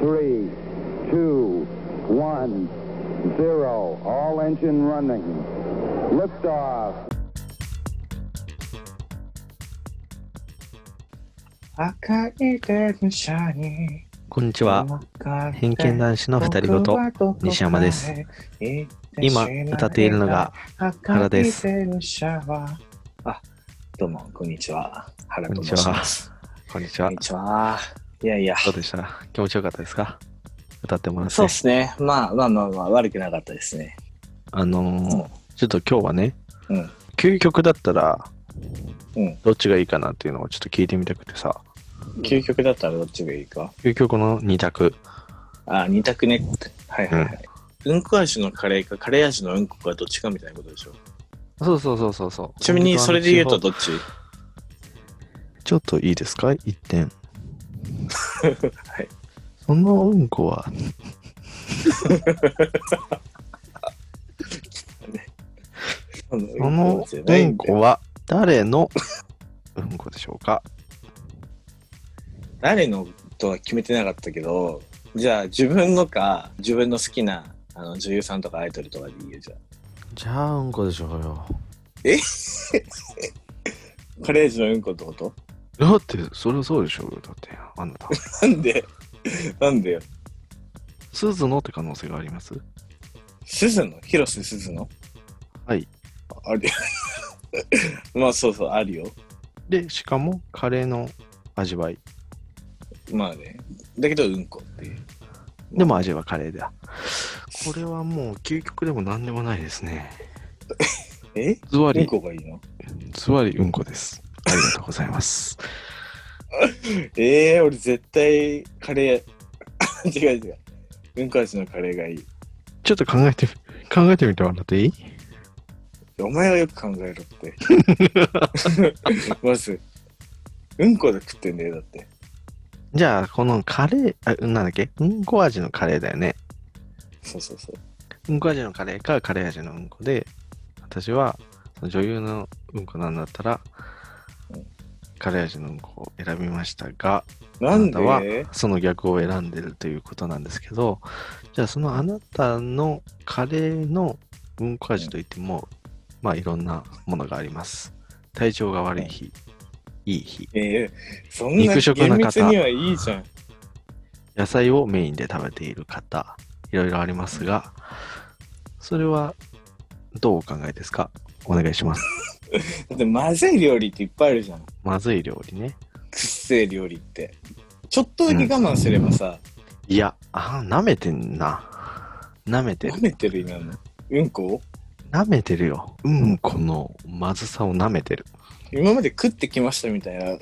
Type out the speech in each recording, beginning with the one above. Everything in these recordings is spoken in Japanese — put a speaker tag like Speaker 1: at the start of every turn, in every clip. Speaker 1: three, two, one, zero. All engine running. Liftoff.
Speaker 2: 赤い電車に
Speaker 3: こんにちは。偏見男子の二人ごと、西山です。今歌っているのが原です
Speaker 2: あ、どうも、こんにちは。原と申します。
Speaker 3: こんにち
Speaker 2: こ
Speaker 3: は
Speaker 2: んに。ちは。いやいや、
Speaker 3: どうでした気持ちよかったですか歌ってもらって。
Speaker 2: そうですね。まあまあまあまあ、悪くなかったですね。
Speaker 3: あのーちょっと今日はね、
Speaker 2: うん。
Speaker 3: 究極だったら、
Speaker 2: うん。
Speaker 3: どっちがいいかなっていうのをちょっと聞いてみたくてさ、
Speaker 2: 究極だったらどっちがいいか。
Speaker 3: 究極の二択。
Speaker 2: あ、二択ね。はいはいはい。うんこ味のカレーか、カレー味のうんこかどっちかみたいなことでしょ。
Speaker 3: そうそうそうそうそう。
Speaker 2: ちなみに、それで言うと
Speaker 3: ど、
Speaker 2: どっち
Speaker 3: ちょっといいですか一 点。
Speaker 2: はい。
Speaker 3: そのうんこは、
Speaker 2: そ
Speaker 3: そのうんこは誰のうんこでしょうか
Speaker 2: 誰のとは決めてなかったけどじゃあ自分のか自分の好きなあの女優さんとかアイドルとかでいいよじゃあ
Speaker 3: じゃあうんこでしょうよ。
Speaker 2: カレージのうんこってこと
Speaker 3: だって、それはそうでしょうよ。だって、あ なた。
Speaker 2: なんでなんでよ
Speaker 3: 鈴のって可能性があります
Speaker 2: 鈴野広瀬鈴野
Speaker 3: はい。
Speaker 2: あるよ まあそうそうあるよ
Speaker 3: で、しかもカレーの味わい。
Speaker 2: まあねだけどうんこっていう
Speaker 3: でも味はカレーだ。これはもう究極でも何でもないですね。
Speaker 2: え
Speaker 3: つわ
Speaker 2: うん
Speaker 3: り、
Speaker 2: こがいいの
Speaker 3: つわりうんこです。ありがとうございます。
Speaker 2: えー、俺絶対カレー 違う違ううんこ味のカレーがいい
Speaker 3: ちょっと考えてみ、考えてみてもらっていい
Speaker 2: お前はよく考えろって。まず、うんこで食ってんだよ、だって。
Speaker 3: じゃあ、このカレー、あ、なんだっけうんこ味のカレーだよね。
Speaker 2: そうそうそう。
Speaker 3: うんこ味のカレーかカレー味のうんこで、私はその女優のうんこなんだったら
Speaker 2: うん、
Speaker 3: カレー味のうんこを選びましたが、
Speaker 2: なんで
Speaker 3: あなたはその逆を選んでるということなんですけどじゃあそのあなたのカレーのうんこ味といっても、まあいろんなものがあります体調が悪い日、いい日
Speaker 2: えー、そんな
Speaker 3: 肉食な
Speaker 2: 厳
Speaker 3: 方
Speaker 2: 密にはいいじゃん。
Speaker 3: 野菜をメインで食べている方いろいろありますがそれはどうお考えですかお願いします
Speaker 2: だって、まずい料理っていっぱいあるじゃん。くっ
Speaker 3: まずい料理ね
Speaker 2: せえ料理って。ちょっとだけ我慢すればさ、
Speaker 3: いやあなめてんななめてる
Speaker 2: 舐めてる今の。うんこ
Speaker 3: なめてるようんこのまずさをなめてる
Speaker 2: 今まで食ってきましたみたいな。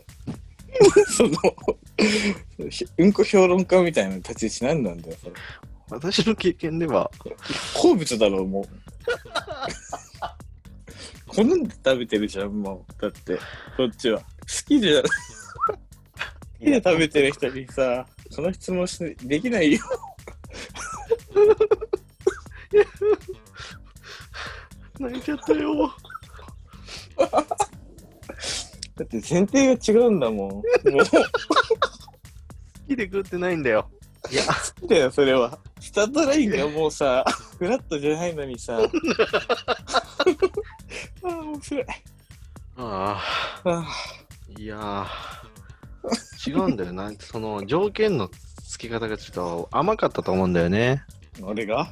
Speaker 2: その、うんこ評論家みたいな立ち位置なんなんだよ、それ。
Speaker 3: 私の経験では
Speaker 2: 好物だろう もう好んで食べてるじゃんもうだってこっちは好きじゃ好きで食べてる人にさその質問しできないよ
Speaker 3: 泣いちゃったよ。
Speaker 2: だって前提が違うんだもんもう好
Speaker 3: 好きで食ってないんだよ。いや、
Speaker 2: きだよそれはスタートラインがもうさフラットじゃないのにさああ面白い
Speaker 3: あ
Speaker 2: ああ
Speaker 3: あ、いやー、違うんだよな。その条件の付き方がちょっと甘かったと思うんだよね。
Speaker 2: 俺が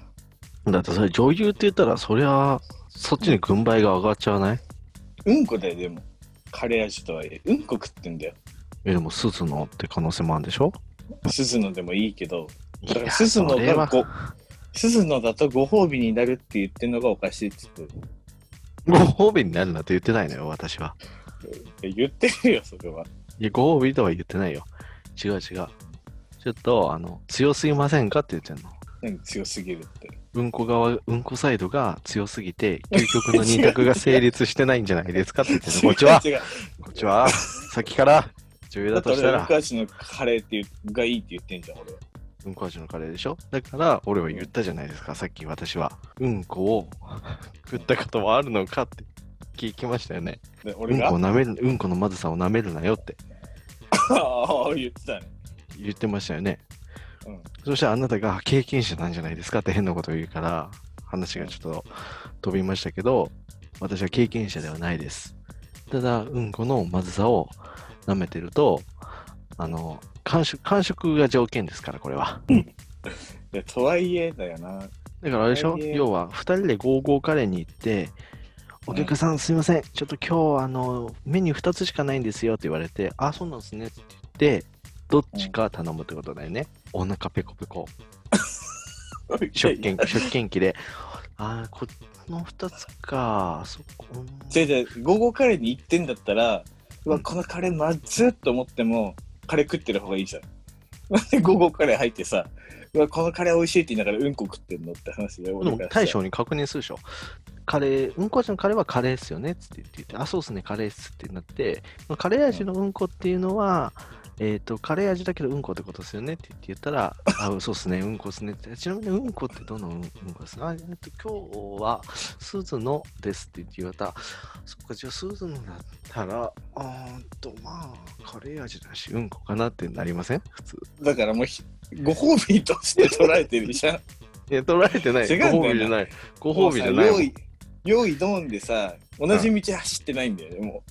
Speaker 3: だってそれ女優って言ったら、そりゃ、そっちに軍配が上がっちゃわない
Speaker 2: うんこだよでもカレー味とはいえうんこ食ってんだよ
Speaker 3: え、でも、スズのって可能性もあるんでしょ
Speaker 2: 鈴のでもいいけど
Speaker 3: い
Speaker 2: だから
Speaker 3: や、
Speaker 2: 鈴野
Speaker 3: それ
Speaker 2: が
Speaker 3: は
Speaker 2: ご、鈴野だとご褒美になるって言ってるのがおかしいっつって。
Speaker 3: ご褒美になるなんて言ってないのよ、私は。
Speaker 2: 言ってるよ、それは。
Speaker 3: いや、ご褒美とは言ってないよ。違う違う。ちょっと、あの、強すぎませんかって言ってんの。
Speaker 2: 何強すぎるって。
Speaker 3: うんこ側、うんこサイドが強すぎて、究極の二択が成立してないんじゃないですかって言ってる。こっちは、
Speaker 2: 違う違う
Speaker 3: こっちは、さっきから、女優
Speaker 2: だ
Speaker 3: だ
Speaker 2: って
Speaker 3: とし
Speaker 2: 俺
Speaker 3: た
Speaker 2: は
Speaker 3: ら、
Speaker 2: 昔のカレーっていうがいいって言ってんじゃん、俺は。
Speaker 3: うんこ味のカレーでしょだから、俺は言ったじゃないですか、さっき私は。うんこを食ったことはあるのかって聞きましたよね。
Speaker 2: で
Speaker 3: う
Speaker 2: 俺
Speaker 3: ん
Speaker 2: が、
Speaker 3: こを
Speaker 2: あ
Speaker 3: 舐める、うんこのまずさを舐めるなよって
Speaker 2: あ、言ってたね。
Speaker 3: 言ってましたよね。
Speaker 2: うん
Speaker 3: そしたらあなたが経験者なんじゃないですかって変なことを言うから、話がちょっと飛びましたけど、私は経験者ではないです。ただ、うんこのまずさを舐めてると、あの、感触、感触が条件ですから、これは。
Speaker 2: いやとはいえだよな。
Speaker 3: だからあれでしょ
Speaker 2: えー
Speaker 3: 要は、2人でゴーゴーカレーに行って、
Speaker 2: うん
Speaker 3: お客さんすいません、ちょっと今日、あの、メニュー2つしかないんですよって言われて、あ、そうなんですねって言って、どっちか頼むってことだよね。お腹ペコペコ。 食券、食券機で。ああ、この2つか。そこ。
Speaker 2: 違う違う、午後カレーに行ってんだったら、う
Speaker 3: う
Speaker 2: わ、
Speaker 3: ん
Speaker 2: このカレーまずっと思っても、カレー食ってる方がいいじゃん。 なんで午後カレー入ってさ、うわ、このカレー美味しいって言いながらうんこ食ってんのって話だよ、
Speaker 3: で
Speaker 2: 俺
Speaker 3: も
Speaker 2: からしたら
Speaker 3: 大将に確認するでしょ。カレー、うんこ味のカレーはカレーっすよねっつって言って、あ、そうっすね、カレーっすってなって、カレー味のうんこっていうのは、えっ、と、カレー味だけどうんこってことですよねって言って言った ら、あ、そうっすね、うんこっすねって、ちなみにうんこってどのうんうんこですかあ、えっと、今日はスズのですって言われたら、そっか、じゃあスズのだったら、うーんと、まあ、カレー味だし、うんこかなってなりません普通。
Speaker 2: だからもうひ、ご褒美として捉えてるじゃん。
Speaker 3: いや、取られてない。
Speaker 2: 違うんだよな
Speaker 3: ご褒美じゃない。 ご褒美じゃな
Speaker 2: もう
Speaker 3: いも
Speaker 2: さ
Speaker 3: ん。
Speaker 2: 用意、用意ドンでさ、同じ道走ってないんだよね、も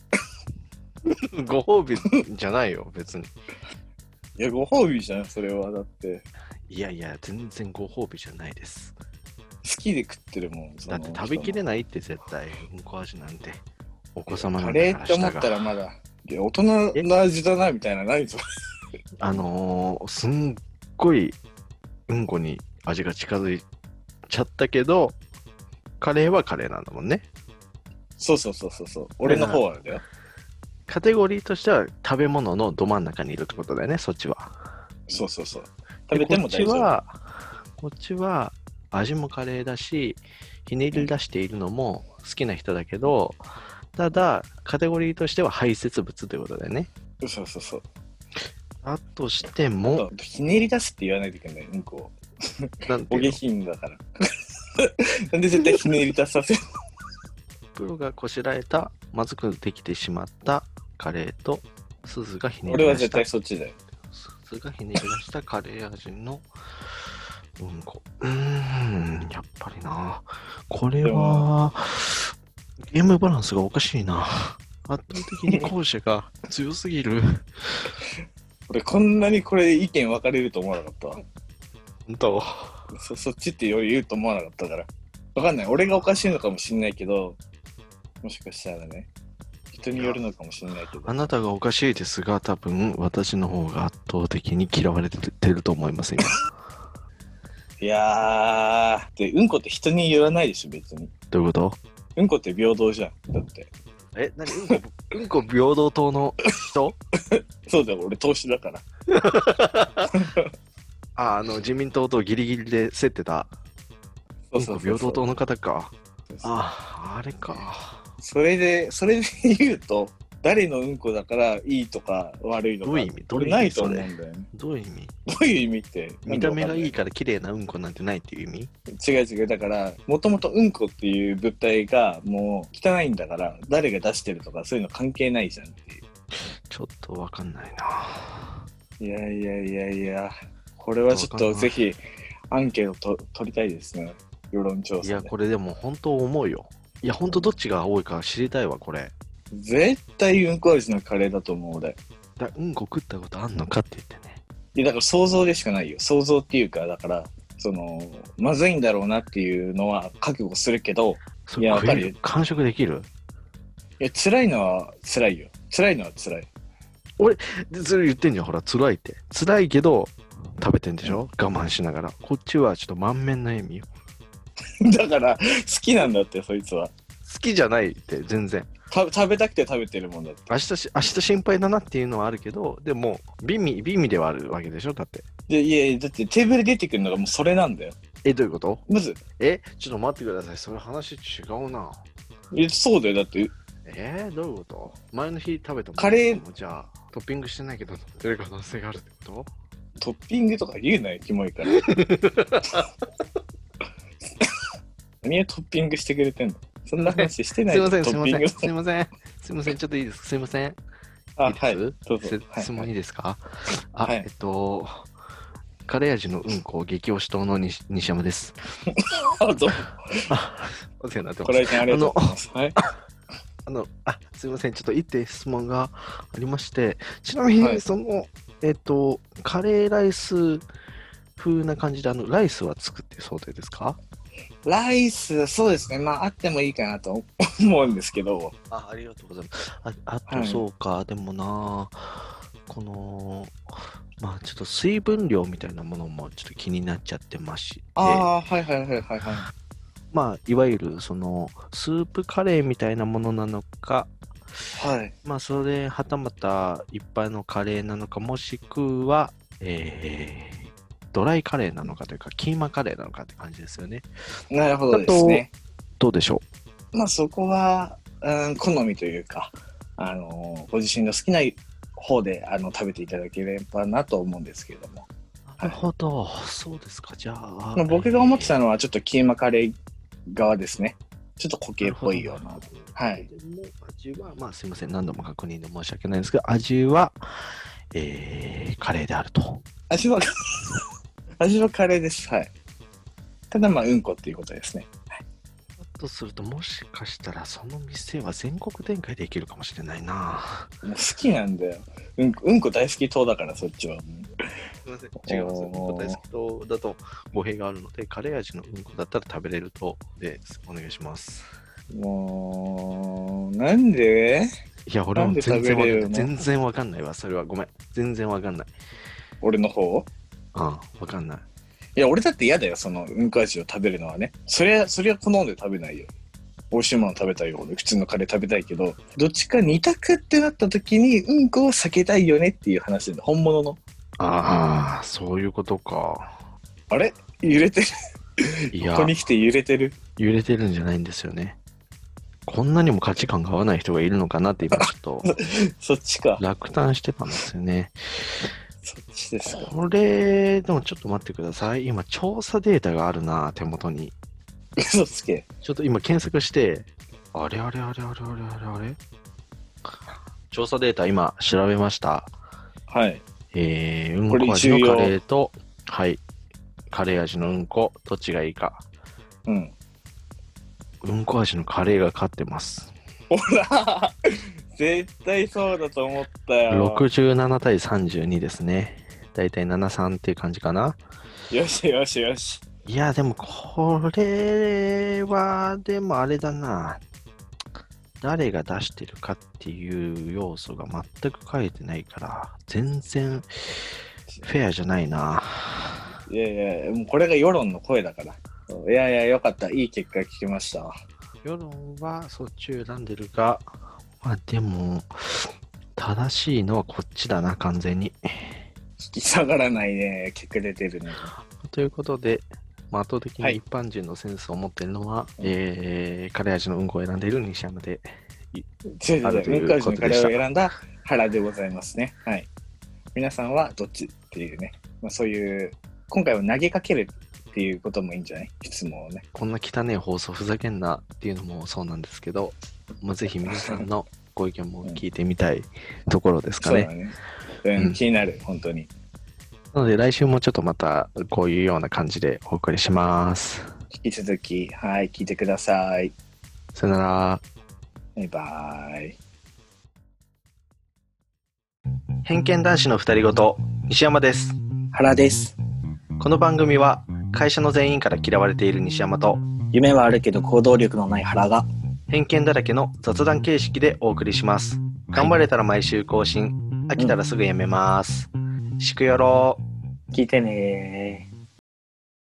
Speaker 3: ご褒美じゃないよ、別に。
Speaker 2: う。いや、ご褒美じゃん、それは。だって、
Speaker 3: いやいや、全然ご褒美じゃないです。
Speaker 2: 好きで食ってるもん。そ
Speaker 3: だ
Speaker 2: の
Speaker 3: って食べきれないって絶対、うんこ味なんて。お子様な
Speaker 2: カ
Speaker 3: ん
Speaker 2: レ
Speaker 3: だ
Speaker 2: ー
Speaker 3: から
Speaker 2: って思った
Speaker 3: 舌が
Speaker 2: らまだ、いや、大人の味だな、みたいな、何それ。
Speaker 3: あのー、すんごいうんこに味が近づいちゃったけど、カレーはカレーなんだもんね。
Speaker 2: そうそうそうそうそう。俺の方はだよ。
Speaker 3: カテゴリーとしては食べ物のど真ん中にいるってことだよね、そっちは。
Speaker 2: そうそうそう。
Speaker 3: で
Speaker 2: 食べても大丈
Speaker 3: こっち
Speaker 2: 夫。
Speaker 3: は、こっちは味もカレーだし、ひねり出しているのも好きな人だけど、ただ、カテゴリーとしては排泄物ということだよね。
Speaker 2: そうそうそう。
Speaker 3: だとして
Speaker 2: あ
Speaker 3: も、
Speaker 2: とひねり出すって言わないといけない、うんこを。
Speaker 3: なんて
Speaker 2: お
Speaker 3: いう
Speaker 2: 下
Speaker 3: の
Speaker 2: 品だから。 なんで絶対ひねり出させる
Speaker 3: プロがこしらえた、まずくできてしまったカレーと、スズがひねり
Speaker 2: 俺は
Speaker 3: 出し
Speaker 2: 絶
Speaker 3: た
Speaker 2: 対、そっちだよ。
Speaker 3: スズがひねり出したカレー味のうんこ。うーん、やっぱりな。これ
Speaker 2: でも
Speaker 3: は、ゲームバランスがおかしいな。圧倒的に後者が強すぎる。
Speaker 2: 俺こんなにこれ意見分かれると思わなかったわ。
Speaker 3: 本当。
Speaker 2: そそっちってより言うと思わなかったから。わかんない。俺がおかしいのかもしんないけど、もしかしたらね、人によるのかもしんないけど
Speaker 3: あ。なたがおかしいですが、多分私の方が圧倒的に嫌われてると思います、 今。
Speaker 2: いやー、で、うんこって人に言わないでしょ、別に。
Speaker 3: どういうこと
Speaker 2: うんこって平等じゃん。だって。
Speaker 3: え、なにうんこ、うんこ平等党の人
Speaker 2: そうだよ、俺投資だから。
Speaker 3: あ、あの、自民党とギリギリで競ってた、
Speaker 2: そううんそ
Speaker 3: こ
Speaker 2: うそう
Speaker 3: 平
Speaker 2: そう
Speaker 3: 等党の方か。
Speaker 2: そうそう
Speaker 3: あ、あれか。
Speaker 2: それで、それで言うと、誰のうんこだからいいとか悪いのか、
Speaker 3: どういう意味どう
Speaker 2: 俺
Speaker 3: い
Speaker 2: な
Speaker 3: う意味
Speaker 2: いと思うん
Speaker 3: それ
Speaker 2: だよね。
Speaker 3: どういう意味
Speaker 2: どういう意味って。
Speaker 3: 見た目がいい
Speaker 2: か
Speaker 3: から綺麗なうんこなんてないっていう意味
Speaker 2: 違う違う。だから、もともとうんこっていう物体がもう汚いんだから、誰が出してるとかそういうの関係ないじゃんっていう。
Speaker 3: ちょっとわかんないな。
Speaker 2: いやいやいやいや、これはちょっとぜひ、アンケートと取りたいですね。世論調
Speaker 3: い
Speaker 2: 査
Speaker 3: や、
Speaker 2: で。
Speaker 3: これでも本当思うよ。いや、本当どっちが多いか知りたいわ、これ。
Speaker 2: 絶対うんこ味のカレーだと思う、俺。
Speaker 3: だうんこ食ったことあんのかって言ってね。
Speaker 2: いやだから想像でしかないよ想像っていうかだからそのまずいんだろうなっていうのは覚悟するけど
Speaker 3: そ
Speaker 2: い
Speaker 3: れ
Speaker 2: やわ
Speaker 3: 食
Speaker 2: か
Speaker 3: え
Speaker 2: るよ
Speaker 3: る完食できる
Speaker 2: いや辛いのは辛いよ辛いのは辛い
Speaker 3: でそれ言ってんじゃん、ほら、辛いって。辛いけど、食べてんでしょ我慢しながら。こっちはちょっと満面の笑みよ。
Speaker 2: だから好きなんだってそいつは
Speaker 3: 好きじゃないって、全然。
Speaker 2: た食べたくて食べてるもんだって
Speaker 3: 明日し、明日心配だなっていうのはあるけど、でも、美味、美味ではあるわけでしょだって。
Speaker 2: でいやいやだってテーブル出てくるのがもうそれなんだよ
Speaker 3: え、どういうこと
Speaker 2: まず
Speaker 3: え、ちょっと待ってください。それ話違うな。
Speaker 2: いやそうだよだって
Speaker 3: えー、どういうこと前の日食べたもの
Speaker 2: カレー
Speaker 3: もじゃあ、トッピングしてないけど、出る可能性があるってこと
Speaker 2: トッピングとか言うなよキモい から何をトッピングしてくれてんのそんな話してない
Speaker 3: すい
Speaker 2: よ
Speaker 3: ません、
Speaker 2: ト
Speaker 3: す
Speaker 2: ッ
Speaker 3: いま
Speaker 2: ピ
Speaker 3: せ
Speaker 2: ング
Speaker 3: ん、すいません、すいません、ちょっといいですか、すいません。
Speaker 2: あ
Speaker 3: いいです
Speaker 2: はいどうぞ
Speaker 3: せ
Speaker 2: はい
Speaker 3: 質問いいですか、あ、
Speaker 2: はい
Speaker 3: えっと、カレー味のうんこを激推し党の西西山です。
Speaker 2: あどう
Speaker 3: お世話になってま
Speaker 2: こ
Speaker 3: す。
Speaker 2: れちゃんありがとうございます。はい。
Speaker 3: あの、あ、すいません。ちょっと一点質問がありまして、ちなみに、
Speaker 2: はい
Speaker 3: その、えっ、と、カレーライス風な感じで、あの、ライスは作って想定ですか
Speaker 2: ライス、そうですね。まあ、あってもいいかなと思うんですけど。
Speaker 3: あありがとうございます。ああと、
Speaker 2: はい
Speaker 3: そうか、でもな、この、まあちょっと水分量みたいなものもちょっと気になっちゃってまして、
Speaker 2: ああ、はいはいはいはいは
Speaker 3: まあいわゆるそのスープカレーみたいなものなのか、
Speaker 2: い。はい。
Speaker 3: まあそれはたまた一般のカレーなのか、もしくは、えードライカレーなのかというか、キーマカレーなのかって感じですよね。
Speaker 2: なるほどですね。
Speaker 3: どうでしょ
Speaker 2: まあそこは、うん、好みというか、あのご自身の好きな方であの食べていただければなと思うんですけれども、
Speaker 3: うなるほど、そうですか、じゃあ
Speaker 2: まあ。僕が思ってたのはちょっとキーマカレー側ですねちょっと固形っぽいようなはい
Speaker 3: でも味は、まあすいません、何度も確認で申し訳ないんですけど、味は、えーカレーであると。
Speaker 2: 味は 味はカレーですはいただまあうんこっていうことですね
Speaker 3: とすると、もしかしたらその店は全国展開できるかもしれないな。
Speaker 2: もう好きなんだようんこうんこ大好き党だからそっちは
Speaker 3: すいません、
Speaker 2: 違いますおー
Speaker 3: 好きだと語弊があるので、カレー味のうんこだったら食べれるとです。お願いします。
Speaker 2: もうなんで
Speaker 3: いや、俺も
Speaker 2: なんで
Speaker 3: 全然わか
Speaker 2: 食べ
Speaker 3: んない。
Speaker 2: れる
Speaker 3: 全然わかんないわ。それはごめん。全然わかんない。
Speaker 2: 俺の方
Speaker 3: うん、わかんない。
Speaker 2: いや、俺だって嫌だよ、そのうんこ味を食べるのはね。そりゃ、そりゃ好んで食べないよ。美味しいもの食べたいよ、俺。普通のカレー食べたいけど、どっちか二択ってなった時に、うんこを避けたいよねっていう話で、本物の。
Speaker 3: ああ、そういうことか。
Speaker 2: あれ揺れてる。
Speaker 3: い
Speaker 2: こ
Speaker 3: や
Speaker 2: こに来て揺れてる。
Speaker 3: 揺れてるんじゃないんですよね。こんなにも価値観が合わない人がいるのかなって今ちょっと
Speaker 2: そっちか。
Speaker 3: 落胆してたんですよね。
Speaker 2: そっちですか。
Speaker 3: これ、でもちょっと待ってください。今調査データがあるな、手元に。
Speaker 2: 嘘つけ。
Speaker 3: ちょっと今検索して、あれあれあれあれあれあれあれ調査データ今調べました。
Speaker 2: はい。
Speaker 3: えー、うん
Speaker 2: これ
Speaker 3: こ味の
Speaker 2: 重要
Speaker 3: カレーと、はい、カレー味のうんこ、どっちがいいか。
Speaker 2: うん。
Speaker 3: うんこ味のカレーが勝ってます。
Speaker 2: ほら絶対そうだと思ったよ。
Speaker 3: 67対32ですね。だいたい73っていう感じかな。
Speaker 2: よしよしよし。
Speaker 3: いや、でもこれは、でもあれだな。誰が出してるかっていう要素が全く書いてないから、全然フェアじゃないな。
Speaker 2: いやいや、もうこれが世論の声だから。いやいや、よかった。いい結果聞きましたわ。
Speaker 3: 世論はそっちを選んでるが、まあでも、正しいのはこっちだな、完全に。
Speaker 2: 引き下がらないね。結果出てるね。
Speaker 3: ということで、まあ、圧倒的
Speaker 2: は
Speaker 3: に
Speaker 2: い
Speaker 3: 一般人のセンスを持っているのは、えー、カレー味のうんこを選んでいる西山で、
Speaker 2: 違う違う
Speaker 3: あるとい
Speaker 2: 違う。
Speaker 3: う
Speaker 2: ミカジ
Speaker 3: こ
Speaker 2: の
Speaker 3: と
Speaker 2: カ
Speaker 3: で
Speaker 2: レー
Speaker 3: した
Speaker 2: を選んだ原でございますね。はい。皆さんはどっちっていうね。まあ、そういう、今回は投げかけるっていうこともいいんじゃない質問をね。
Speaker 3: こんな汚い放送ふざけんなっていうのもそうなんですけど、まあ、ぜひ皆さんのご意見も聞いてみたいところですか
Speaker 2: そう
Speaker 3: ね
Speaker 2: だ。ね。うん、
Speaker 3: うん
Speaker 2: 気になる、本当に。
Speaker 3: なので来週もちょっとまたこういうような感じでお送りします。
Speaker 2: 引き続き、はい、聞いてください。
Speaker 3: さよなら。
Speaker 2: バイバイ。
Speaker 3: 偏見男子の二人ごと、西山です。
Speaker 2: 原です。
Speaker 3: この番組は会社の全員から嫌われている西山と
Speaker 2: 夢はあるけど行動力のない原が。
Speaker 3: 偏見だらけの雑談形式でお送りします。頑張れたら毎週更新。飽きたらすぐやめます。しくよろう。
Speaker 2: 聞いてねー。